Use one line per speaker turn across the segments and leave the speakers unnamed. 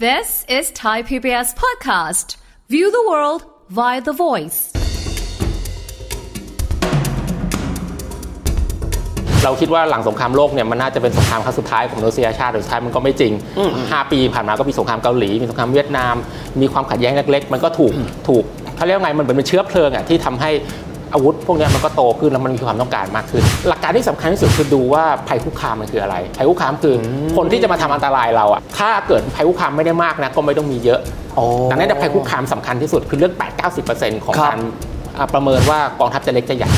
This is Thai PBS Podcast. View the world via the voice.
เราคิดว่าหลังสงครามโลกเนี่ยมันน่าจะเป็นสงครามครั้งสุดท้ายของมนุษยชาติแต่สุดท้ายมันก็ไม่จริง 5 ปีผ่านมาก็มีสงครามเกาหลี มีสงครามเวียดนาม มีความขัดแย้งเล็กๆ มันก็ถูกถูกเขาเรียกว่าไงมันเหมือนเป็นเชื้อเพลิงอ่ะที่ทำให้อาวุธ พวกเนี้ยมันก็โตขึ้นแล้วมันมีความต้องการมากขึ้น หลักการที่สำคัญที่สุดคือดูว่าภัยคุกคามมันคืออะไร ภัยคุกคามคืออคนที่จะมาทำอันตรายเราอ่ะ ถ้าเกิดภัยคุกคามไม่ได้มากนะก็ไม่ต้องมีเยอะ ดังนั้นแต่ภัยคุกคามสำคัญที่สุดคือเรื่อง 8-90%ของ
ครับ
การอ่าประเมินว่ากองทัพจะเล็กจะใหญ่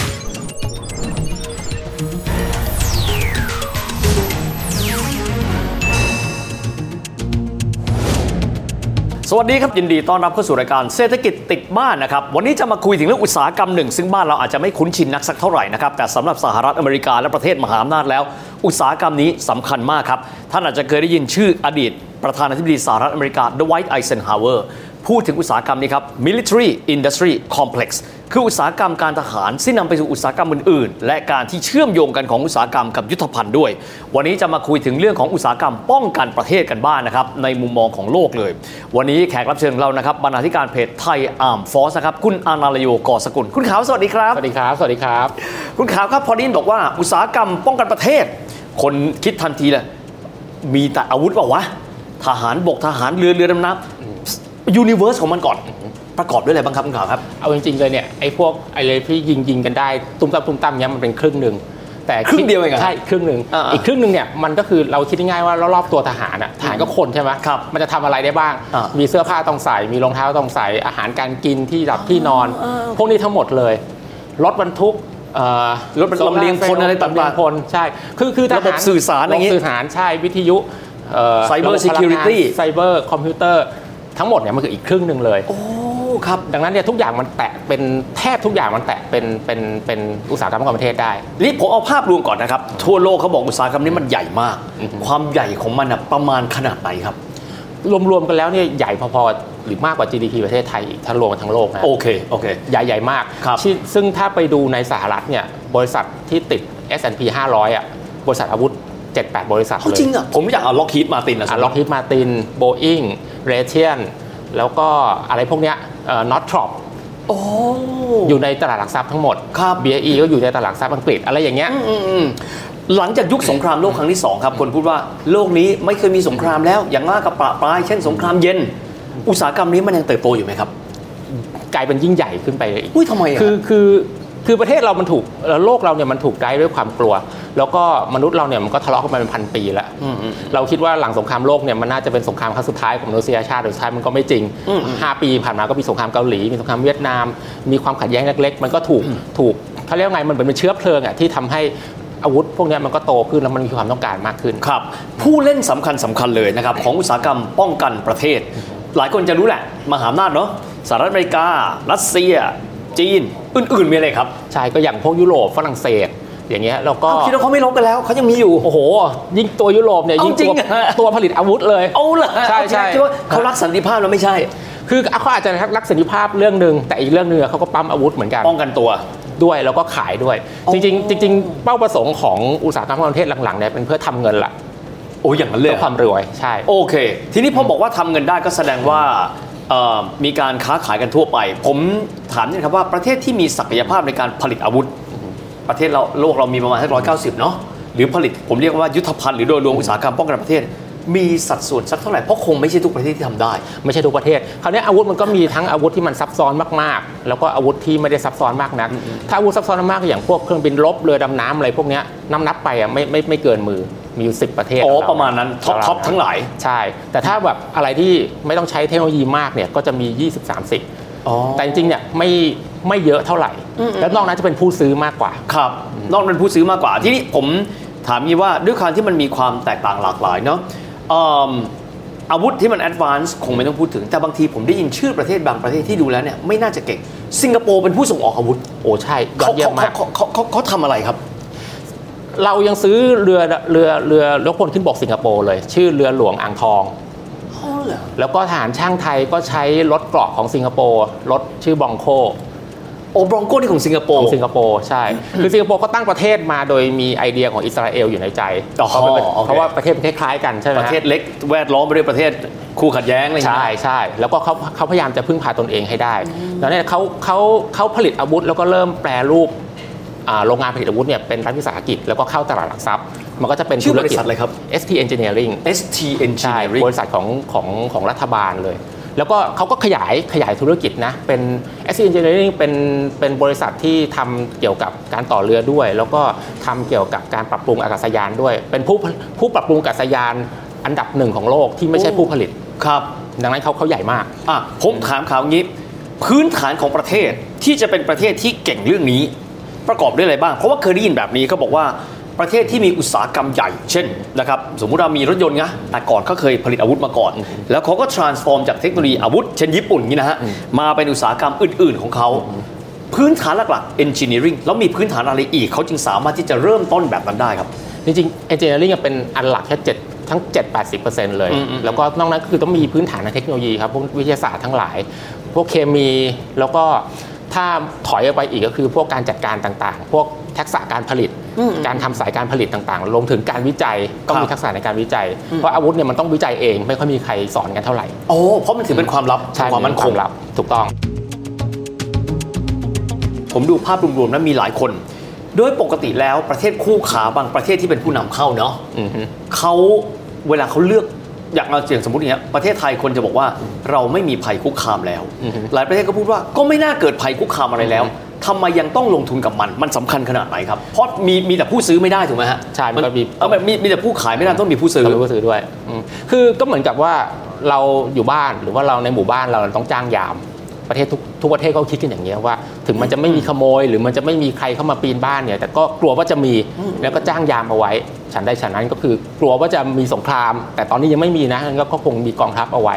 สวัสดีครับ ยินดีต้อนรับเข้าสู่รายการเศรษฐกิจติดบ้านนะครับ วันนี้จะมาคุยถึงเรื่องอุตสาหกรรมหนึ่ง ซึ่งบ้านเราอาจจะไม่คุ้นชินนักสักเท่าไหร่นะครับ แต่สำหรับสหรัฐอเมริกาและประเทศมหาอำนาจแล้ว อุตสาหกรรมนี้สำคัญมากครับ ท่านอาจจะเคยได้ยินชื่ออดีต ประธานาธิบดีสหรัฐอเมริกาดไวท์ไอเซนฮาวเวอร์พูดถึงอุตสาหกรรมนี้ครับ military industry complex คืออุตสาหกรรมการทหารซึ่งนำไปสู่อุตสาหกรรมอื่นๆ และการที่เชื่อมโยงกันของอุตสาหกรรมกับยุทธภัณฑ์ด้วย วันนี้จะมาคุยถึงเรื่องของอุตสาหกรรมป้องกันประเทศกันบ้างนนะครับ ในมุมมองของโลกเลย วันนี้แขกรับเชิญของเรานะครับบรรณาธิการเพจไทยอาร์มฟอสนะครับคุณอานาลโยกอสกุลคุณขาวสวัสดีครับ
สวัสดีครับ สวัสดีครับ
คุณขาวครับพอไดยินบอกว่าอุตสาหกรรมป้องกันประเทศ คนคิดทันทีเลยมีแต่อาวุธเปล่าวะ ทหารบกทหารเรือเรือดำน้ำยูนิเวอร์สของมันก่อน ประกอบด้วยอะไรบ้างครับคุณขาวครับ
เอาจริงๆเลยเนี่ยไอ้พวกไอ้เลยที่ยิงยิงกันได้ตุ้มตั้มตุ้มตั้มเนี้ยมันเป็นครึ่งหนึ่งแต่
ครึ่งเดียวเองเหรอ
ใช่ครึ่งหนึ่ง
อ่าๆ
อีกครึ่งหนึ่งเนี่ยมันก็คือเราคิดง่ายๆว่ารอบๆตัวทหารอ่ะทหารก็คนใช่ไหม
ครับ
มันจะทำอะไรได้บ้าง
อ่ามี
มีเสื้อผ้าต้องใส่ มีรองเท้าต้องใส่อาหารการกินที่หลับที่นอน พวกนี้ทั้งหมดเลยรถบรรทุกเอ่อ
รถบรรทุกลำเลียงคนอะไรต่าง
ลำ
ๆ
เลียพลใช่คือคือทหา
ระบบสื่อสารอย่างงี้
ระบบสื่อสารใช่วิทยุเอ่อ
Cyber
ระบบพลังงาน
Security
Cyber คอมพิวเตอร์ทั้งหมดเนี่ยมันคืออีกครึ่งหนึ่งเลย
โอ้ครับ
ดังนั้นเนี่ยทุกอย่างมันแตะเป็นแทบทุกอย่างมันแตะเป็นเป็นเป็นอุตสาหกรรมของประเทศได้
นี่ผมเอาภาพรวมก่อนนะครับ ทั่วโลกเขาบอกอุตสาหกรรมนี้มันใหญ่มาก ความใหญ่ของมันน่ะประมาณขนาดไหนครับ
รวมๆกันแล้วเนี่ยใหญ่พอๆหรือมากกว่า GDP ประเทศไทยอีกถ้ารวมกันทั้งโลกนะ
โอเค โอเค
ใหญ่ใหญ่มาก
ครับ
ที่ซึ่งถ้าไปดูในสหรัฐเนี่ยบริษัทที่ติด S&P 500 อ่ะ บริษัทอาวุธ 78 บริษัท
เอา
เลย
จริงอ่ะ ผมอยากเอาล็อกฮีทมาตินนะ
ล็อกฮิตมาตินโบอิงเรเทียนแล้วก็อะไรพวกเนี้ยนอตทรอป
โอ้
อยู่ในตลาดหลักทรัพย์ทั้งหมด
ครับ
BAE ก็อยู่ในตลาดหลักทรัพย์อังกฤษอะไรอย่างเงี้ย
อืมอืมหลังจากยุคสงครามโลกครั้งที่สองครับ คนพูดว่าโลกนี้ไม่เคยมีสงครามแล้ว อย่างมากกับประปราย เช่นสงครามเย็น อุตสาหกรรมนี้มันยังเติบโตอยู่ไหมครับ
กลายเป็นยิ่งใหญ่ขึ้นไปอีก
อุ้ยทำไมอ่ะ
คือคือคือประเทศเรามันถูกเอ่อโลกเราเนี่ยมันถูกไกด์ด้วยความกลัว แล้วก็มนุษย์เราเนี่ยมันก็ทะเลาะกันมาเป็นพันปีแล้วเราคิดว่าหลังสงครามโลกเนี่ยมันน่าจะเป็นสงครามครั้งสุดท้ายของมนุษยชาติแต่สุดท้ายมันก็ไม่จริงห้าปีผ่านมาก็มีสงครามเกาหลีมีสงครามเวียดนาม มีความขัดแย้งเล็กๆ มันก็ถูกถูกเขาเรียกว่าไงมันเหมือนเป็นเชื้อเพลิงอ่ะที่ทำให้อาวุธ พวกเนี้ยมันก็โตขึ้นแล้วมันมีความต้องการมากขึ้น
ครับผู้เล่นสำคัญสำคัญเลยนะครับ ของอุตสาหกรรมป้องกันประเทศ หลายคนจะรู้แหละ มหาอำนาจเนาะสหรัฐอเมริกา รัสเซีย จีน อื่น ๆ มีอะไรครับ
ใช่ก็อย่างพวกยุโรปฝรั่งเศส อย่างเงี้ยแล้วก็
อ้าวคิดว่าเขาไม่ลบกันแล้วเขายังมีอยู่
โอ้โห ยิ่งตัวยุโรปเนี่ยยิ่ง
เอาจริ
ตั
ง
ว
อะ
ตัวผลิตอาวุธเลย
เอาเหรอ
ใช่ใช่
คิดว่าเขารักสันติภาพแล้วไม่ใช่
คือเขาอาจจะรักเสรีภาพเรื่องหนึ่งแต่อีกเรื่องหนึงอะเขาก็ปั๊มอาวุธเหมือนกัน
ป้องกันตัว
ด้วยแล้วก็ขายด้วย
อ๋อ
จริงๆจริงๆเป้าประสงค์ของอุตสาหกรรมประเทศหลังๆเนี่ยเป็นเพื่อทำเงินหละ
โอ้ยอย่างนั้นเลย
เพื่อ
เหรอ
ความรวยใช่
โอเค ทีนี้พอบอกว่าทำเงินได้ก็แสดงว่าเอ่อมีการค้าขายกันทั่วไป ผมถามนิดนึงครับว่าประเทศที่มีศักยภาพในการผลิตอาวุธ ประเทศเราโลกเรามีประมาณสักร้อยเก้าสิบเนาะหรือผลิตผมเรียกว่ายุทธภัณฑ์หรือโดยรวมอุตสาหกรรมป้องกันประเทศ มีสัดส่วนสักเท่าไหร่เพราะคงไม่ใช่ทุกประเทศที่ทำได้
ไม่ใช่ทุกประเทศ คราวนี้อาวุธมันก็มีทั้งอาวุธที่มันซับซ้อนมากๆ แล้วก็อาวุธที่ไม่ได้ซับซ้อนมากนัก ถ้าอาวุธซับซ้อนมากๆอย่างพวกเครื่องบินรบเรือดำน้ำอะไรพวกเนี้ยนับนับๆไปอ่ะไม่ไม่ไม่เกินมือมีอยู่สิบประเทศ
อ๋
ข
อ
องเ
ประมาณนั้นท็อปท็อปทั้งหลาย
ใช่ แต่ถ้าแบบอะไรที่ไม่ต้องใช้เทคโนโลยีมากเนี่ยก็จะมี 20 30 แต่จริงๆเนี่ยไม่ไม่เยอะเท่าไหร่ แล้วนอกนั้นจะเป็นผู้ซื้อมากกว่า
ครับนอกเป็นผู้ซื้อมากกว่าที่นี่ผมถามงี้ว่าด้วยความที่มันมีความแตกต่างหลากหลายเนาะเอิ่มอาวุธที่มันแอดวานซ์คงไม่ต้องพูดถึง แต่บางทีผมได้ยินชื่อประเทศบางประเทศที่ดูแล้วเนี่ยไม่น่าจะเก่ง สิงคโปร์เป็นผู้ส่งออกอาวุธ
โอ้ใช่ยอ
เขา
ดเยี่ยมมาก
เขาเขาเขาเขาทำอะไรครับ
เรายังซื้อเรือเรือเรือรบพลขึ้นบกสิงคโปร์เลย ชื่อเรือหลวงอ่างทอง แล้วก็ทหารช่างไทยก็ใช้รถเกราะของสิงคโปร์รถชื่อบองโค
โอบรองโก้นี่ของสิงคโป
ข
ร์
องสิงคโปร์ใช่ คือสิงคโปร์ก็ตั้งประเทศมาโดยมีไอเดียของอิสราเอลอยู่ในใจ
อ๋อ
เพราะเป็น
โอเค
เพราะว่าประเทศมันคล้ายๆกันใช่ไหม
ป
ฮ
ระเทศเล็กแวดล้อมไปด้วยประเทศคู่ขัดแย้งอะไรอย่าง
ใช่
เงี้ย
ใช่แล้วก็เขาเขาพยายามจะพึ่งพาตนเองให้ได้ แล้วเนี่ยเขาเขาเขาผลิตอาวุธแล้วก็เริ่มแปรรูปอ่าโรงงานผลิตอาวุธเนี่ยเป็นรัฐวิสาหกิจแล้วก็เข้าตลาดหลักทรัพย์ มันก็จะเป็น
ชื่อบริษัท
ธุกิจ
อะไรครับ
ST Engineering
ST
ใช่
Engineering
บริษัทของของของรัฐบาลเลย แล้วก็เขาก็ขยายขยายธุรกิจนะ เป็น s Engineering เป็นเป็นบริษัทที่ทำเกี่ยวกับการต่อเรือด้วย แล้วก็ทำเกี่ยวกับการปรับปรุงอากาศยานด้วย เป็นผู้ผู้ปรับปรุงอากาศยานอันดับหนึ่งของโลกที่ไม่ใช่ผู้ผลิต
ครับ
ดังนั้นเขาเขาใหญ่มาก
อ่ะผมถามข่าวงี้ พื้นฐานของประเทศที่จะเป็นประเทศที่เก่งเรื่องนี้ ประกอบด้วยอะไรบ้าง เพราะว่าเคยได้ยินแบบนี้เขาบอกว่าประเทศที่มีอุตสาหกรรมใหญ่ เช่นนะครับสมมุติเรามีรถยนต์นะแต่ก่อนเขาเคยผลิตอาวุธมาก่อน แล้วเขาก็ transform จากเทคโนโลยีอาวุธ เช่นญี่ปุ่นนี่นะฮะมาเป็นอุตสาหกรรมอื่น ๆ ของเขา พื้นฐานหลักๆ engineering แล้วมีพื้นฐานอะไรอีกเขาจึงสามารถที่จะเริ่มต้นแบบนั้นได้ครับ
จริงๆ engineering ยังเป็นอันหลักแค่7ทั้ง 7 80 เลย
อืมอืม
แล้วก็นอกนั้นคือต้องมีพื้นฐานทางเทคโนโลยีครับ พวกวิทยาศาสตร์ทั้งหลาย พวกเคมี แล้วก็ถ้าถอยออกไปอีกก็คือพวกการจัดการต่างๆ พวกทักษะการผลิต การทำสายการผลิตต่างๆ รวมถึงการวิจัย ต้องมีทักษะในการวิจัย เพราะอาวุธเนี่ยมันต้องวิจัยเอง ไม่ค่อยมีใครสอนกันเท่าไหร่
โอ้เพราะมันถือเป็นความลับ
ใช่
ความมั่นคง
รับถูกต้อง
ผมดูภาพรวมๆแล้วมีหลายคน โดยปกติแล้วประเทศคู่ขาบางประเทศที่เป็นผู้นำเข้าเนาะ
อือฮึ
เขาเวลาเขาเลือกอย่างเราเสียงสมมติอย่างเนี้ยประเทศไทยคนจะบอกว่าเราไม่มีภัยคุกคามแล้ว หลายประเทศก็พูดว่าก็ไม่น่าเกิดภัยคุกคามอะไรแล้วทำไมยังต้องลงทุนกับมัน มันสำคัญขนาดไหนครับเพราะมีมีแต่ผู้ซื้อไม่ได้ถูกไหมฮะ
ใช่มันก็มี
เออแบบมีมีแต่ผู้ขายไม่ได้ต้องมีผู้ซื้อ
เราเป็นผู้ซื้อด้วยอืมคือก็เหมือนกับว่าเราอยู่บ้านหรือว่าเราในหมู่บ้านเราต้องจ้างยาม ประเทศทุกทุกประเทศก็คิดกันอย่างนี้ยว่า ถึงมันจะไม่มีขโมย หรือมันจะไม่มีใครเข้ามาปีนบ้านเนี่ยแต่ก็กลัวว่าจะมีแล้วก็จ้างยามเอาไว้ ฉันได้ฉันนั้นก็คือกลัวว่าจะมีสงคราม แต่ตอนนี้ยังไม่มีนะงั้นก็คงมีกองทัพเอาไว้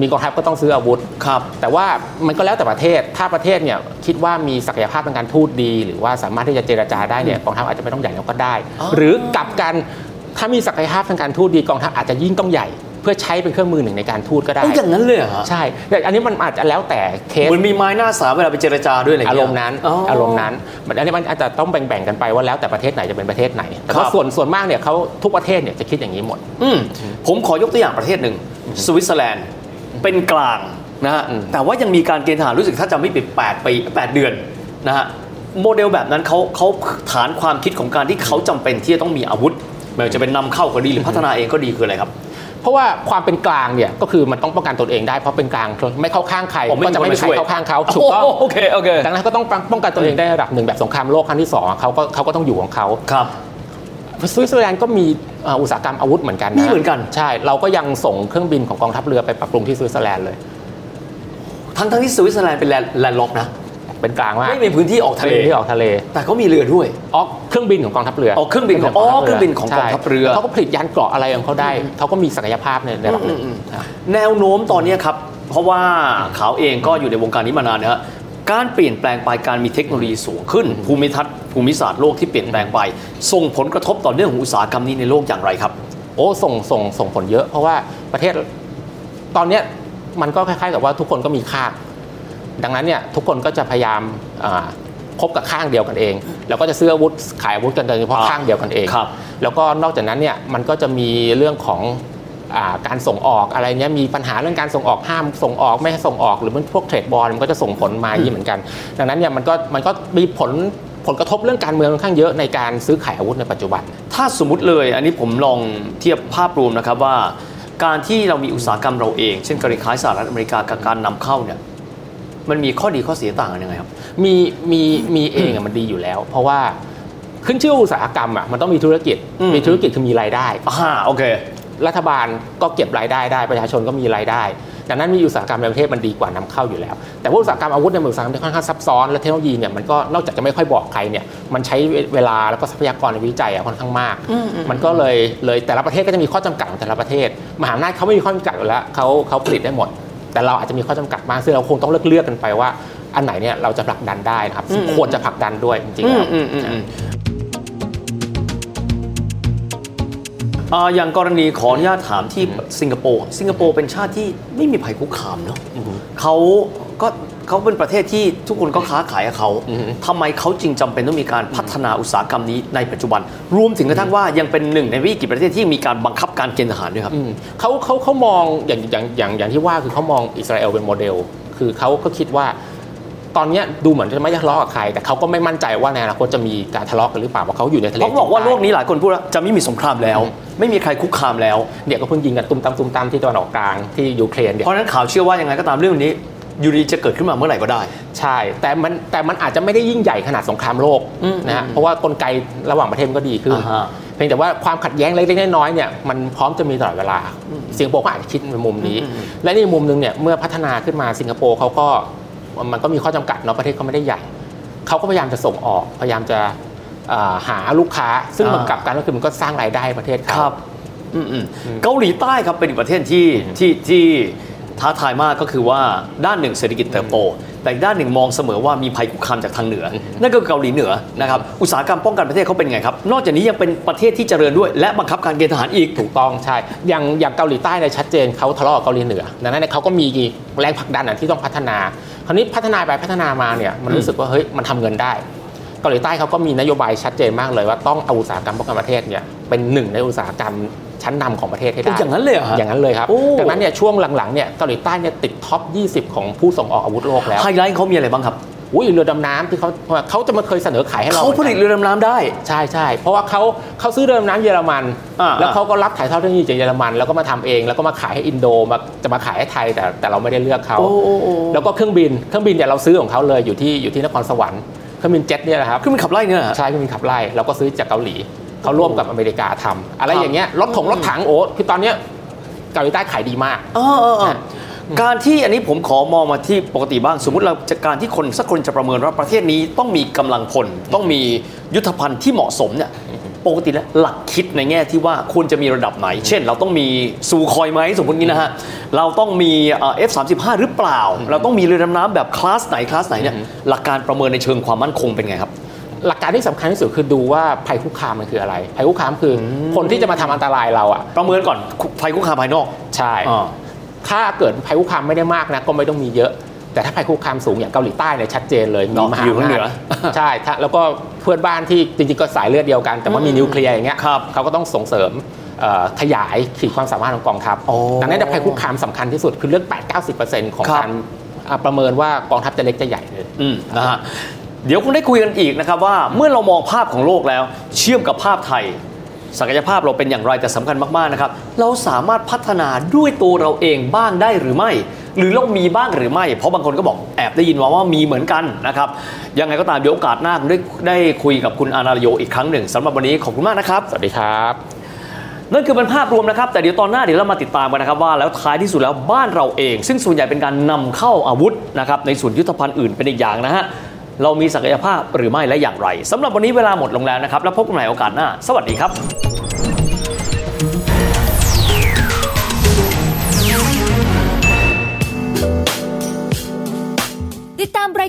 มีกองทัพก็ต้องซื้ออาวุธ
ครับ
แต่ว่ามันก็แล้วแต่ประเทศ ถ้าประเทศเนี่ยคิดว่ามีศักยภาพทางการทูตดี หรือว่าสามารถที่จะเจรจาได้เนี่ยกองทัพอาจจะไม่ต้องใหญ่แล้วก็ได้
อ๋อ
หรือกลับกันถ้ามีศักยภาพทางการทูตดีกองทัพอาจจะยิ่งต้องใหญ่ เพื่อใช้เป็นเครื่องมือหนึ่งในการทูตก็ได้
เอ้ยอย่างนั้นเลยเหรอฮะ
ใช่แต่อันนี้มันอาจจะแล้วแต่เคส
เหมือนมีไม้หน้าสามเวลาไปเจรจาด้วยอะไรอย่ง
อาร
เงี้ย
มณ์นั้น
อ๋ออ
อารมณ์นั้นมันอันนี้มันอาจจะต้องแบ่งๆกันไปว่าแล้วแต่ประเทศไหนจะเป็นประเทศไหน แต่
ค
ว่า
รับ
ส่วนส่วนมากเนี่ยเขาทุกประเทศเนี่ยจะคิดอย่างนี้หมด
อืมผมขอยกตัวอย่างประเทศหนึ่งสวิตเซอร์แลนด์เป็นกลางนะฮะ
อืม
แต่ว่ายังมีการเกณฑ์ทหารรู้สึกถ้าจำไม่ผิด8ปี8เดือนนะฮะโมเดลแบบนั้นเขาเขาฐานความคิดของการที่เขาจำเป็นที่จะต้องมีอาวุธไม่ว่าจะเป็นนำเข้าก็ดีหรือพัฒนาเองก็ดีคืออะไรครับ
เพราะว่าความเป็นกลางเนี่ยก็คือมันต้องป้องกันตนเองได้เพราะเป็นกลางไม่เข้าข้างใคร
อ๋อไม่
ก็จะไม่
มี
มีใคร
คนมาช่วย
เข้าข้างเขาถูกต้อง
โอเคโอเค
ดังนั้นก็ต้องป้องกันตัวเองได้ระดับหนึ่งแบบสงครามโลกครั้งที่สองเขาก็เขาก็ต้องอยู่ของเขา
ครับ
สวิตเซอร์แลนด์ก็มีเอ่ออุตสาหกรรมอาวุธเหมือนกันนะ
มีเหมือนกัน
ใช่เราก็ยังส่งเครื่องบินของกองทัพเรือไปปรับปรุงที่สวิตเซอร์แลนด์เลย
ทั้งทั้งที่สวิตเซอร์แลนด์เป็นแลนด์แลนด์ล็อกนะ
เป็นกลางมาก
ไม่มีพื้นที่ออกทะเล
ป็นที่ออกทะเล
แต่เขามีเรือด้วย
อ๋อเครื่องบินของกองทัพเรือ
อ
อ๋
เครื่องบินของอ๋อเครื่องบินของกองทัพเรือ
เขาก็ผลิตยานเกราะอะไรของเขาได้เขาก็มีศักยภาพในระดับหนึ่งอ่ะ
แนวโน้มตอนเนี้ยครับ เพราะว่าขาวเองก็อยู่ในวงการนี้มานานนะฮะการเปลี่ยนแปลงไปการมีเทคโนโลยีสูงขึ้น ภูมิทัศน์ภูมิศาสตร์โลกที่เปลี่ยนแปลงไป ส่งผลกระทบต่อเรื่องของอุตสาหกรรมนี้ในโลกอย่างไรครับ
โอ้ส่งส่งส่งผลเยอะ เพราะว่าประเทศตอนเนี้ยมันก็คล้ายๆกับว่าทุกคนก็มีค่า ดังนั้นเนี่ยทุกคนก็จะพยายามอ่าคบกับข้างเดียวกันเอง แล้วก็จะซื้ออาวุธขายอาวุธกันโดยเฉพาะ
อ่า
ข้างเดียวกันเอง
ครับ
แล้วก็นอกจากนั้นเนี่ยมันก็จะมีเรื่องของอ่าการส่งออกอะไรเนี้ยมีปัญหาเรื่องการส่งออกห้ามส่งออกไม่ให้ส่งออกหรือมันพวกเทรดบอลมันก็จะส่งผลมาอย่างนี้เหมือนกัน ดังนั้นเนี่ยมันก็มันก็มีผลผลกระทบเรื่องการเมืองค่อนข้างเยอะในการซื้อขายอาวุธในปัจจุบัน
ถ้าสมมติเลยอันนี้ผมลองเทียบภาพรวมนะครับว่า การที่เรามีอุตสาหกรรมเราเอง เช่นการค้าสหรัฐอเมริกากับการนำเข้าเนี่ยมันมีข้อดีข้อเสียต่างกันยังไงครับ
มีมีมีเองอะมันดีอยู่แล้ว เพราะว่าขึ้นชื่ออุตสาหกรรมอะมันต้องมีธุรกิจ
อืม
มีธุรกิจคือมีรายได้
อ่าโอเค
รัฐบาลก็เก็บรายได้ได้ประชาชนก็มีรายได้ ดังนั้นมีอุตสาหกรรมในประเทศมันดีกว่านำเข้าอยู่แล้ว แต่ว่าอุตสาหกรรมอาวุธในยมันอุตสาหกรรมที่ค่อนข้างซับซ้อนและเทคโนโลยีเนี่ยมันก็นอกจากจะไม่ค่อยบอกใครเนี่ยมันใช้เวลาแล้วก็ทรัพยากรในวิจัยอะค่อนข้างมาก มันก็เลยเลยแต่ละประเทศก็จะมีข้อจำกัดของแต่ละประเทศ มหาอำนาจเขาไม่มีข้อจำกัดอยู่แล้วเขาเขาผลิตได้หมด แต่เราอาจจะมีข้อจำกัดบ้างซึ่งเราคงต้องเลือกเลือกกันไปว่า อันไหนเนี่ยเราจะผลักดันได้นะครับซึ่งควรจะผลักดันด้วยจริงๆแล้ว
อืมอืมอืมอ่าอย่างกรณีขออนุญาตถามที่สิงคโปร์ สิงคโปร์เป็นชาติที่ไม่มีภัยคุกคามเนาะเขา ก็เขาเป็นประเทศที่ทุกคนก็ค้าขายกับเขาทำไมเขาจึงจำเป็นต้องมีการพัฒนาอุตสาหกรรมนี้ในปัจจุบัน รวมถึงกระทั่งว่ายังเป็นหนึ่งในไม่กี่ประเทศที่มีการบังคับการเกณฑ์ทหารด้วยครับ
อืมเขาเขาเขามองอย่างอย่างอย่างอย่างที่ว่าคือเขามองอิสราเอลเป็นโมเดล คือเขาก็คิดว่า ตอนเนี้ยดูเหมือนจะไม่ทะเลาะกับใคร แต่เขาก็ไม่มั่นใจว่าในอนาคตจะมีการทะเลาะกันหรือเปล่าเพราะเขาอยู่ในทะเล
เพราะเขาบอกว่า
จีนใต้
โลกนี้หลายคนพูดว่าจะไม่มีสงครามแล้ว ไม่มีใครคุกคามแล้ว
เดี๋ยวก็เพิ่งยิงกันตุ้มตามตุ้มตามที่ตะวันออกกลางที่ยูเครนเนี่ย
เพราะฉะนั้นข่าวเชื่อว่ายังไงก็ตามเรื่องนี้อยู่ดีจะเกิดขึ้นมาเมื่อไหร่ก็ได้
ใช่ แต่มันแต่มันอาจจะไม่ได้ยิ่งใหญ่ขนาดสงครามโลก
อืม
นะฮะเพราะว่ากลไกระหว่างประเทศมันก็ดีขึ้น
อ่าฮะ
เพียงแต่ว่าความขัดแย้งเล็กๆน้อยๆเนี่ยมันพร้อมจะมีตลอดเวลา สิงคโปร์ก็อาจจะคิดในมุมนี้ และในมุมหนึงเนี่ยเมื่อพัฒนาขึ้นมาสิงคโปร์เขาก็มันก็มีข้อจำกัดเนาะประเทศเขาไม่ได้ใหญ่เขาก็พยายามจะส่งออกพยายามจะเอ่อหาลูกค้า ซึ่งมันกลับกันก็คือมันก็สร้างรายได้ให้ประเทศเขา
อืมอืมเกาหลีใต้ครับเป็นอีกประเทศที่ที่ที่ท้าทายมากก็คือว่าด้านหนึ่งเศรษฐกิจเติบโต แต่อีกด้านหนึ่งมองเสมอว่ามีภัยคุกคามจากทางเหนืออนั่นก็คือเกาหลีเหนือนะครับอุตสาหกรรมป้องกันประเทศเขาเป็นไงครับ นอกจากนี้ยังเป็นประเทศที่เจริญด้วยและบังคับการเกณฑ์ทหารอีก
ถูกต้องใช่ อย่างอย่างเกาหลีใต้เนี่ยชัดเจนเขาทะเลาะกับเกาหลีเหนือ ดังนั้นเนี่ยเขาก็มีแรงผลักดันอ่ะที่ต้องพัฒนา คราวนี้พัฒนาไปพัฒนามาเนี่ยมันรู้สึกว่าเฮ้ยมันทำเงินได้ เกาหลีใต้เขาก็มีนโยบายชัดเจนมากเลยว่าต้องเอาอุตสาหกรรมป้องกันประเทศเนี่ยเป็นหนึ่งในอุตสาหกรรมชั้นนำของประเทศให้ได้
โอ้อย่างนั้นเลยเหรอฮะ
อย่างนั้นเลยครับ
โอ้
ดังนั้นเนี่ยช่วงหลังๆเนี่ยเกาหลีใต้เนี่ยติดท็อป 20 ของผู้ส่งออกอาวุธโลกแล้ว
ไฮไลท์เขามีอะไรบ้างครับ
อุ้ยเรือดำน้ำที่เขาเขาจะมาเคยเสนอขายให้เรา
เขา
หมือน
ผ
กัน
ลิตเรือดำน้ำได้
ใช่ใช่เพราะว่าเขาเขาซื้อเรือดำน้ำเยอรมัน
อ่า
แล้วเขาก็รับถ่ายทอดเทคโนโลยีจากเยอรมัน แล้วก็มาทำเอง แล้วก็มาขายให้อินโดมาจะมาขายให้ไทยแต่แต่เราไม่ได้เลือกเขา
โอ้โอ้โอ้
แล้วก็เครื่องบินเครื่องบินเนี่ยเราซื้อของเขาเลยอยู่ที่อยู่ที่นครสวรรค์เครื่องบินเจ็ตเนี่ยนะครับ
เครืองมันขับไล่เนี่ยนะฮะ
ใช่เครื่องบินขับไล่เราก็ซื้อจากเกาหลีเขาร่วมกับอเมริกาทำอะไร
ครับ
อย่างเงี้ยรถถงรถถังโอ้คือตอนเนี้ยเกาหลีใต้ขายดีมาก
อ่าอ่าอ่า
ฮะ
การที่อันนี้ผมขอมองมาที่ปกติบ้าง สมมติเราจะการที่คนสักคนจะประเมินว่าประเทศนี้ต้องมีกำลังพล ต้องมียุทธภัณฑ์ที่เหมาะสมเนี่ยปกติแล้วหลักคิดในแง่ที่ว่าควรจะมีระดับไหน เช่น เราต้องมีซูคอยไหมสมมติงี้นะฮะ เราต้องมีเอ่อ F35 หรือเปล่า เราต้องมีเรือดำน้ำแบบคลาสไหนคลาสไหนเนี่ยหลักการประเมินในเชิงความมั่นคงเป็นไงครับ
หลักการที่สำคัญที่สุดคือดูว่าภัยคุกคามมันคืออะไร ภัยคุกคามคืออคนที่จะมาทำอันตรายเราอ่ะ
ประเมินก่อนภัยคุกคามภายนอก
ใช่
อ่า
ถ้าเกิดภัยคุกคามไม่ได้มากนะก็ไม่ต้องมีเยอะ แต่ถ้าภัยคุกคามสูงอย่างเกาหลีใต้เนี่ยชัดเจนเลยมี
เนาะ
มหา
อยู่
อำ
ข้างเหนื
นา
อ
จใช่ถ้าแล้วก็เพื่อนบ้านที่จริงๆก็สายเลือดเดียวกัน แต่ว่ามีนิวเคลียร์อย่างเงี้ย
ครับ
เขาก็ต้องส่งเสริมเอ่อขยายขีดความสามารถของกองทัพ
อ๋อ
ดังนั้นเนี่ยภัยคุกคามสำคัญที่สุดคือเรื่อง 8-90%ของ
ครับ
การอ่าประเมินว่ากองทัพจะเล็กจะใหญ่เลย
อืมนะฮะเดี๋ยวคงได้คุยกันอีกนะครับว่าเมื่อเรามองภาพของโลกแล้ว เชื่อมกับภาพไทย ศักยภาพเราเป็นอย่างไรแต่สำคัญมากๆนะครับเราสามารถพัฒนาด้วยตัวเราเองบ้างได้หรือไม่ หรือเรามีบ้างหรือไม่ เพราะบางคนก็บอกแอบได้ยินมาว่ามีเหมือนกันนะครับยังไงก็ตามเดี๋ยวโอกาสหน้าคงได้ได้คุยกับคุณอานาลโยอีกครั้งหนึ่งสำหรับวันนี้ขอบคุณมากนะครับ
สวัสดีครับ
นั่นคือเป็นภาพรวมนะครับ แต่เดี๋ยวตอนหน้าเดี๋ยวเรามาติดตามกันนะครับว่าแล้วท้ายที่สุดแล้วบ้านเราเอง ซึ่งส่วนใหญ่เป็นการนำเข้าอาวุธนะครับในส่วนยุทธภัณฑ์อื่นเป็นอีกอย่างนะฮะ เรามีศักยภาพหรือไม่และอย่างไรสำหรับวันนี้เวลาหมดลงแล้วนะครับ แล้วพบกันใหม่โอกาสหน้า สวัสดีครับ
ติดตามรา